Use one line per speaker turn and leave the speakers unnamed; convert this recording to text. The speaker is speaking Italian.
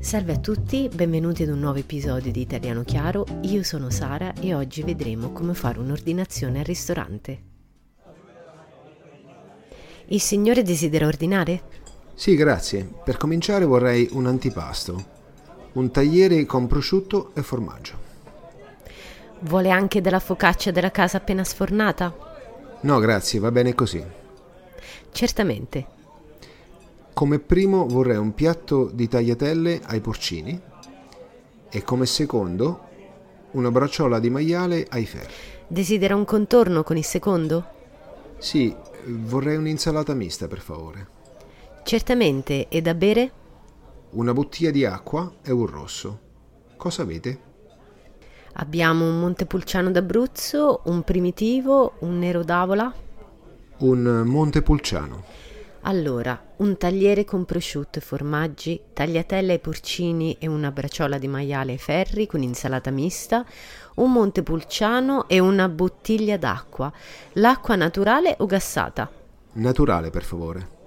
Salve a tutti, benvenuti ad un nuovo episodio di Italiano Chiaro. Io sono Sara e oggi vedremo come fare un'ordinazione al ristorante. Il signore desidera ordinare?
Sì, grazie. Per cominciare vorrei un antipasto, un tagliere con prosciutto e formaggio.
Vuole anche della focaccia della casa appena sfornata?
No, grazie, va bene così.
Certamente.
Come primo vorrei un piatto di tagliatelle ai porcini e come secondo una bracciola di maiale ai ferri.
Desidera un contorno con il secondo?
Sì, vorrei un'insalata mista, per favore.
Certamente, e da bere?
Una bottiglia di acqua e un rosso. Cosa avete?
Abbiamo un Montepulciano d'Abruzzo, un primitivo, un nero d'avola.
Un Montepulciano.
Allora, un tagliere con prosciutto e formaggi, tagliatelle ai porcini e una braciola di maiale ai ferri con insalata mista, un montepulciano e una bottiglia d'acqua. L'acqua naturale o gassata?
Naturale, per favore.